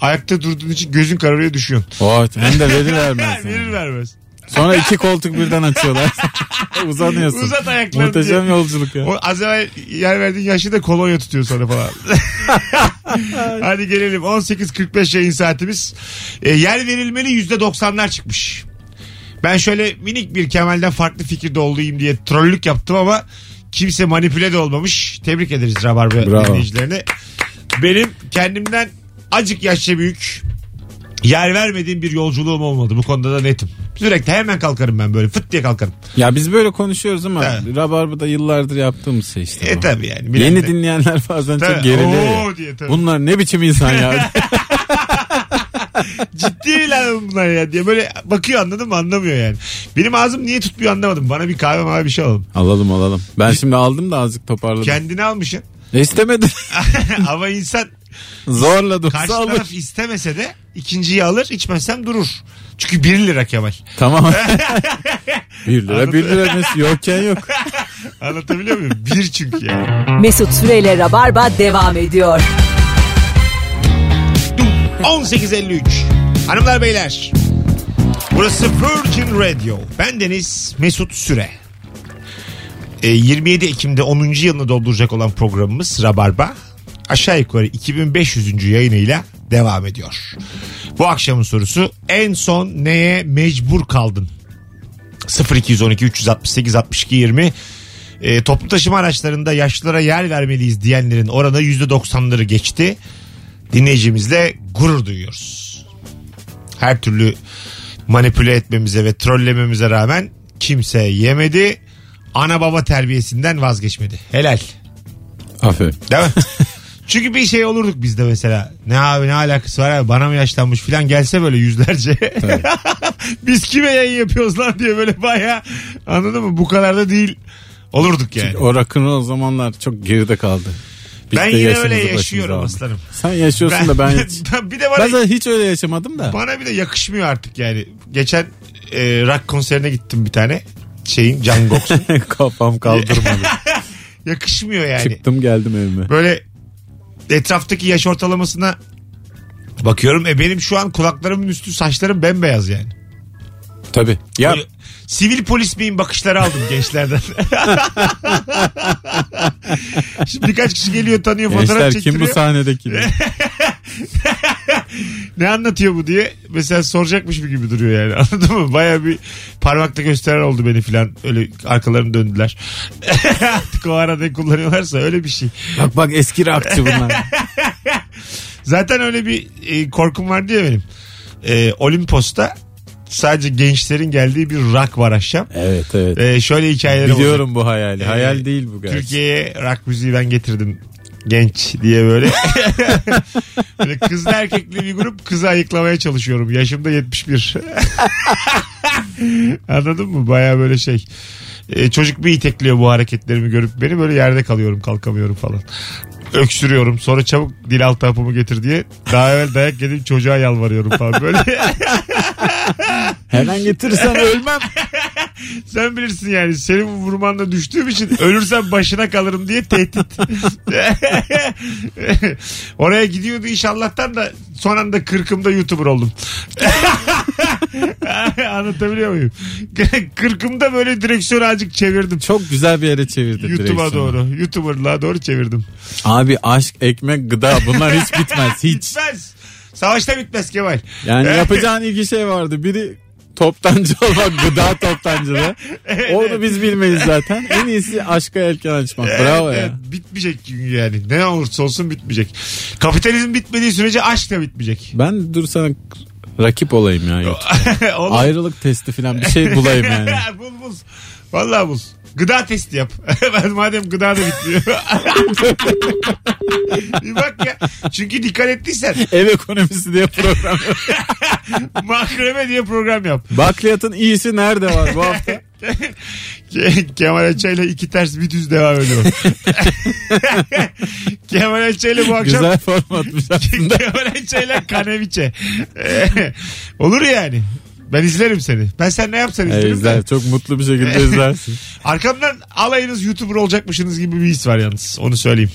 Ayakta durduğun için gözün kararıyor düşüyorsun.
Vay, hem de verir vermez. sana.
Verir vermez.
Sonra iki koltuk birden açıyorlar. Uzanıyorsun.
Uzat ayaklarını
Muhteşem
diye.
yolculuk ya.
O az evvel yer verdiğin yaşlı da kolonya tutuyor sana falan. Hadi gelelim. 18.45 yayın saatimiz. E, yer verilmeli %90'lar çıkmış. Ben şöyle minik bir Kemal'den farklı fikirde olayım diye trollük yaptım ama kimse manipüle de olmamış. Tebrik ederiz Rabarba
Bravo.
dinleyicilerini. Benim kendimden acık yaşça büyük yer vermediğim bir yolculuğum olmadı. Bu konuda da netim. Sürekli hemen kalkarım ben böyle fıt diye kalkarım.
Ya biz böyle konuşuyoruz ama
Evet.
Rabarba'da yıllardır yaptığımız şey işte.
E
bu.
tabi yani. bilen
Yeni
de.
dinleyenler bazen
Tabii.
çok geriliyor. ya.
Oo diye tabii.
Bunlar ne biçim insan ya?
Ciddi lan bunlar ya diye böyle bakıyor anladın mı anlamıyor yani. Benim ağzım niye tutmuyor anlamadım. Bana bir kahve mavi bir şey alalım.
alalım alalım. Ben şimdi aldım da azıcık toparladım.
Kendini almışsın
E, İstemedim.
ama insan
Zorladım.
karşı
Sağ olun.
taraf istemese de ikinciyi alır içmezsem durur. Çünkü 1 lira Kemal.
Tamam. 1 lira 1 lira nesi yokken yok.
Anlatabiliyor muyum? 1 çünkü yani.
Mesut Süreyle Rabarba devam ediyor.
18.53 Hanımlar beyler. Burası Virgin Radio. Ben Deniz Mesut Süre. E, 27 Ekim'de 10. yılını dolduracak olan programımız Rabarba aşağı yukarı 2500. yayınıyla devam ediyor. Bu akşamın sorusu en son neye mecbur kaldın? 0212 368 62 20 E, toplu taşıma araçlarında yaşlılara yer vermeliyiz diyenlerin oranı %90'ları geçti. Dinleyicimizle gurur duyuyoruz. Her türlü manipüle etmemize ve trollememize rağmen kimse yemedi. Ana baba terbiyesinden vazgeçmedi. Helal.
Aferin.
Değil mi? Çünkü bir şey olurduk biz de mesela. Ne abi ne alakası var abi bana mı yaşlanmış filan gelse böyle yüzlerce. biz kime yayın yapıyoruz lan diye böyle baya anladın mı? Bu kadar da değil olurduk yani.
O rock'ın o zamanlar çok geride kaldı. Biz
Ben
de
yine
yaşımızı
öyle
başımıza
yaşıyorum
aldık.
aslanım.
Sen yaşıyorsun da ben hiç.
bir de bana,
Ben zaten hiç öyle yaşamadım da.
bana bir de yakışmıyor artık yani. Geçen e, rock konserine gittim bir tane. Şeyin Can Goks'un.
Kafam kaldırmadı.
yakışmıyor yani.
Çıktım geldim evime.
Böyle etraftaki yaş ortalamasına bakıyorum. E benim şu an kulaklarımın üstü saçlarım bembeyaz yani.
Tabii. Ya
Böyle Sivil polis miyim bakışları aldım gençlerden. Şimdi birkaç kişi geliyor tanıyor fotoğraf
gençler kim bu
çektiriyor.
sahnedeki?
ne anlatıyor bu diye mesela soracakmış bir gibi duruyor yani anladın mı? Baya bir parmakta gösteren oldu beni filan öyle arkalarını döndüler. Artık o arada kullanıyorlarsa öyle bir şey.
bak bak eski rockçı bunlar.
Zaten öyle bir e, korkum var diye benim. E, Olimpos'ta sadece gençlerin geldiği bir rock var akşam.
evet evet.
E, şöyle hikayeler olacak.
Biliyorum bu hayali.
Ee,
Hayal değil bu gerçi.
Türkiye'ye rock müziği ben getirdim genç diye böyle. böyle kızlı erkekli bir grup kızı ayıklamaya çalışıyorum. Yaşım da 71. Anladın mı? Baya böyle şey. Ee, çocuk bir itekliyor bu hareketlerimi görüp beni böyle yerde kalıyorum kalkamıyorum falan. Öksürüyorum sonra çabuk dil altı hapımı getir diye daha evvel dayak yedim çocuğa yalvarıyorum falan böyle.
Hemen getirirsen ölmem.
Sen bilirsin yani senin bu vurmanla düştüğüm için ölürsem başına kalırım diye tehdit. Oraya gidiyordu iş Allah'tan da son anda kırkımda YouTuber oldum. Anlatabiliyor muyum? kırkımda böyle direksiyonu azıcık çevirdim.
Çok güzel bir yere çevirdi
YouTube'a
direksiyonu.
doğru. YouTuber'lığa doğru çevirdim.
Abi aşk, ekmek, gıda bunlar hiç bitmez. Hiç.
Bitmez. Savaşta bitmez Kemal.
Yani yapacağın iki şey vardı. Biri toptancı olmak, gıda toptancılığı. Onu biz bilmeyiz zaten. En iyisi aşka elken açmak. Bravo
Evet,
ya.
evet. bitmeyecek çünkü yani. Ne olursa olsun bitmeyecek. Kapitalizm bitmediği sürece aşk da bitmeyecek.
Ben dur sana rakip olayım ya. YouTube.
Oğlum,
Ayrılık testi falan bir şey bulayım yani.
bul bul. Vallahi bul. Gıda testi yap. ben madem gıda da bitmiyor. bir bak ya. Çünkü dikkat ettiysen
Ev ekonomisi diye program.
makreme diye program yap.
Bakliyatın iyisi nerede var bu hafta?
Ke- Kemal Açay'la iki ters bir düz devam ediyor. Kemal Açay'la bu akşam
Güzel formatmış aslında.
Kemal Açay'la Kaneviçe. Ee, Olur yani. Ben izlerim seni. Ben sen ne yapsan
Ee,
izlerim.
izler,
de.
çok mutlu bir şekilde izlersin.
Arkamdan alayınız YouTuber olacakmışsınız gibi bir his var yalnız. Onu söyleyeyim.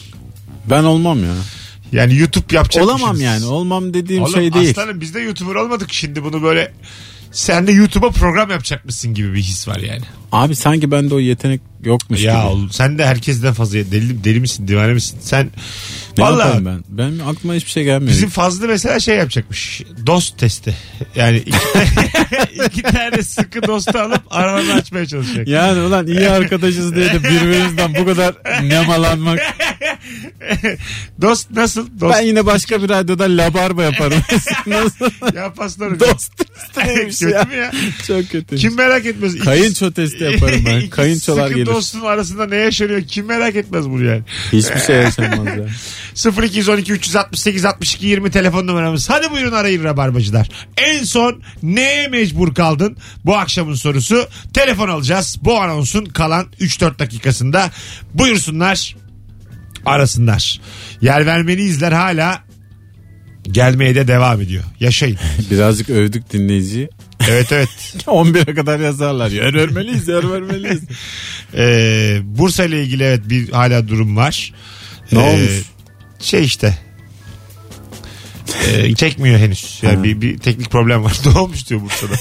Ben olmam ya.
Yani YouTube yapacakmışsınız.
Olamam yani. Olmam dediğim
Oğlum
şey değil.
Aslanım biz de YouTuber olmadık şimdi bunu böyle sen de YouTube'a program yapacakmışsın gibi bir his var yani.
Abi sanki bende o yetenek yokmuş
ya
gibi.
oğlum sen de herkesten fazla deli, deli misin divane misin? Sen
Ne
valla
yapayım ben? Benim aklıma hiçbir şey gelmiyor.
bizim fazla mesela şey yapacakmış. Dost testi. Yani iki, iki tane sıkı dostu alıp aralarını açmaya çalışacak.
Yani ulan iyi arkadaşız diye de birbirimizden bu kadar nemalanmak.
Dost nasıl? Dost
Ben yine başka bir radyoda labarba yaparım. Nasıl?
ya paslarım.
Dost neymiş
Kötü
ya.
mü ya?
Çok kötü.
Kim merak etmez. İki-
Kayınço testi yaparım ben.
İki
Kayınçolar
sıkı
gelir.
dostun arasında ne yaşanıyor kim merak etmez bunu yani.
Hiçbir şey yaşanmaz ya.
0212 368 62 20 telefon numaramız. Hadi buyurun arayın rabarbacılar. En son neye mecbur kaldın? Bu akşamın sorusu. Telefon alacağız. Bu anonsun kalan 3-4 dakikasında. Buyursunlar. Arasınlar. Yer vermeni izler hala gelmeye de devam ediyor. Yaşayın.
Birazcık övdük dinleyiciyi.
Evet evet.
11'e kadar yazarlar. Yer vermeliyiz, yer vermeliyiz.
Ee, Bursa ile ilgili evet bir hala durum var.
Ne
Ee,
olmuş?
Şey işte. Ee, çekmiyor henüz. Yani bir, bir teknik problem var. ne olmuş diyor Bursa'da.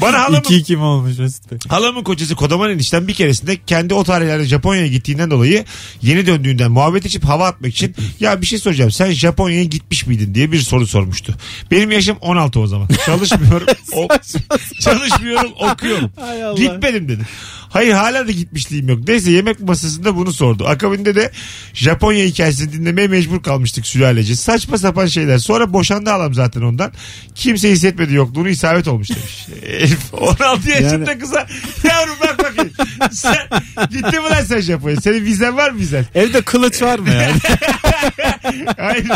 Bana halamın,
2-2 mi olmuş Mesut Bey?
halamın kocası Kodaman enişten bir keresinde kendi o tarihlerde Japonya'ya gittiğinden dolayı yeni döndüğünden muhabbet içip hava atmak için ya bir şey soracağım sen Japonya'ya gitmiş miydin diye bir soru sormuştu. Benim yaşım 16 o zaman. Çalışmıyorum. o, çalışmıyorum okuyorum.
Hay Allah.
Gitmedim dedi. Hayır hala da gitmişliğim yok. Neyse yemek masasında bunu sordu. Akabinde de Japonya hikayesini dinlemeye mecbur kalmıştık sülalece. Saçma sapan şeyler. Sonra boşandı alam zaten ondan. Kimse hissetmedi yokluğunu isabet olmuş demiş. Elif 16 yaşında kıza yavrum bak bakayım. Sen, gitti mi lan sen Japonya? Senin vizen var mı vizen?
Evde kılıç var mı yani?
Hayır.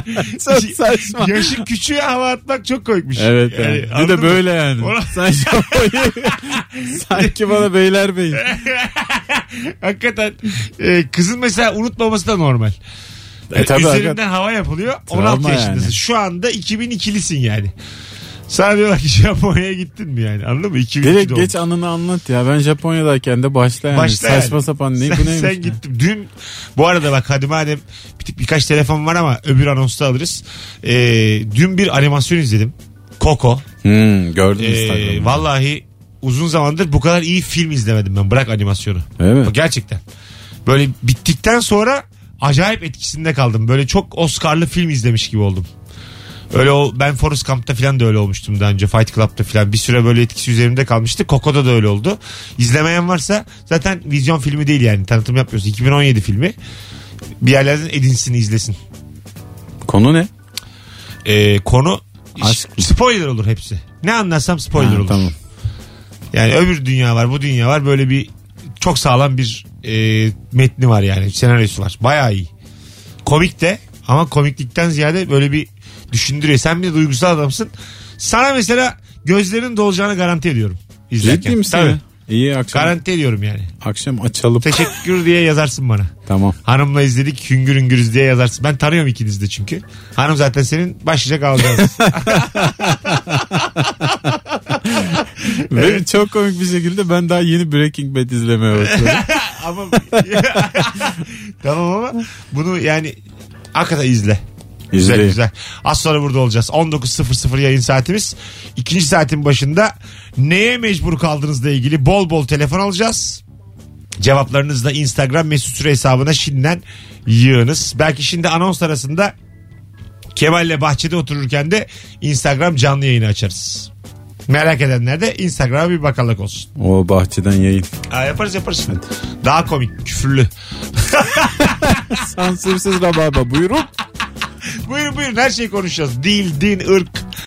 Çok saçma. Ee,
Yaşın küçüğe hava atmak çok koymuş.
Evet. evet. Bir de böyle yani.
Ona-
Sen Japonya'yı- Sanki bana beyler beyim.
Hakikaten e, kızın mesela unutmaması da normal.
E, tabii,
Üzerinden
hakikaten.
hava yapılıyor.
Travma
16 yaşındasın.
yani.
Şu anda 2002'lisin yani. Sana diyorlar ki Japonya'ya gittin mi yani anladın mı? 2002
Direkt
doğumlu.
geç anını anlat ya. Ben Japonya'dayken de şey başla yani.
Başla yani.
Saçma sapan ne bu
sen,
neymiş?
sen gittim. Dün bu arada bak hadi madem bir tık- birkaç telefon var ama öbür anonsta alırız. E, dün bir animasyon izledim. Coco.
Hmm, gördüm
E,
Instagram'da.
vallahi uzun zamandır bu kadar iyi film izlemedim ben. Bırak animasyonu.
Evet.
Gerçekten. Böyle bittikten sonra acayip etkisinde kaldım. Böyle çok Oscar'lı film izlemiş gibi oldum. Öyle o ben Forrest Gump'ta falan da öyle olmuştum daha önce. Fight Club'ta falan bir süre böyle etkisi üzerimde kalmıştı. Coco'da da öyle oldu. İzlemeyen varsa zaten vizyon filmi değil yani. Tanıtım yapmıyoruz. 2017 filmi. Bir yerlerden edinsin izlesin.
Konu ne?
Ee, konu
Aşk
spoiler olur hepsi. Ne anlarsam spoiler
Ha,
olur.
tamam.
Yani öbür dünya var bu dünya var böyle bir çok sağlam bir e, metni var yani senaryosu var. Bayağı iyi. Komik de ama komiklikten ziyade böyle bir düşündürüyor. Sen bir de duygusal adamsın. Sana mesela gözlerin dolacağını garanti ediyorum. izlerken.
Ciddi misin?
Tabii.
ya? İyi akşam.
Garanti ediyorum yani.
Akşam açalım.
Teşekkür diye yazarsın bana.
Tamam.
Hanımla izledik hüngür hüngürüz diye yazarsın. Ben tanıyorum ikinizi de çünkü. Hanım zaten senin başlayacak alacağız.
Ve çok komik bir şekilde ben daha yeni Breaking Bad izlemeye başladım.
ama tamam ama bunu yani hakikaten izle. Güzel
İzleyin.
güzel. Az sonra burada olacağız. 19.00 yayın saatimiz. İkinci saatin başında neye mecbur kaldığınızla ilgili bol bol telefon alacağız. Cevaplarınızı da Instagram mesut süre hesabına şimdiden yığınız. Belki şimdi anons arasında Kemal'le bahçede otururken de Instagram canlı yayını açarız. Merak edenler de Instagram'a bir bakanlık olsun.
O bahçeden yayın.
Aa, yaparız yaparız. Daha komik küfürlü.
Sansürsüz rabarba buyurun.
Buyurun buyurun her şeyi konuşacağız. Dil, din, ırk,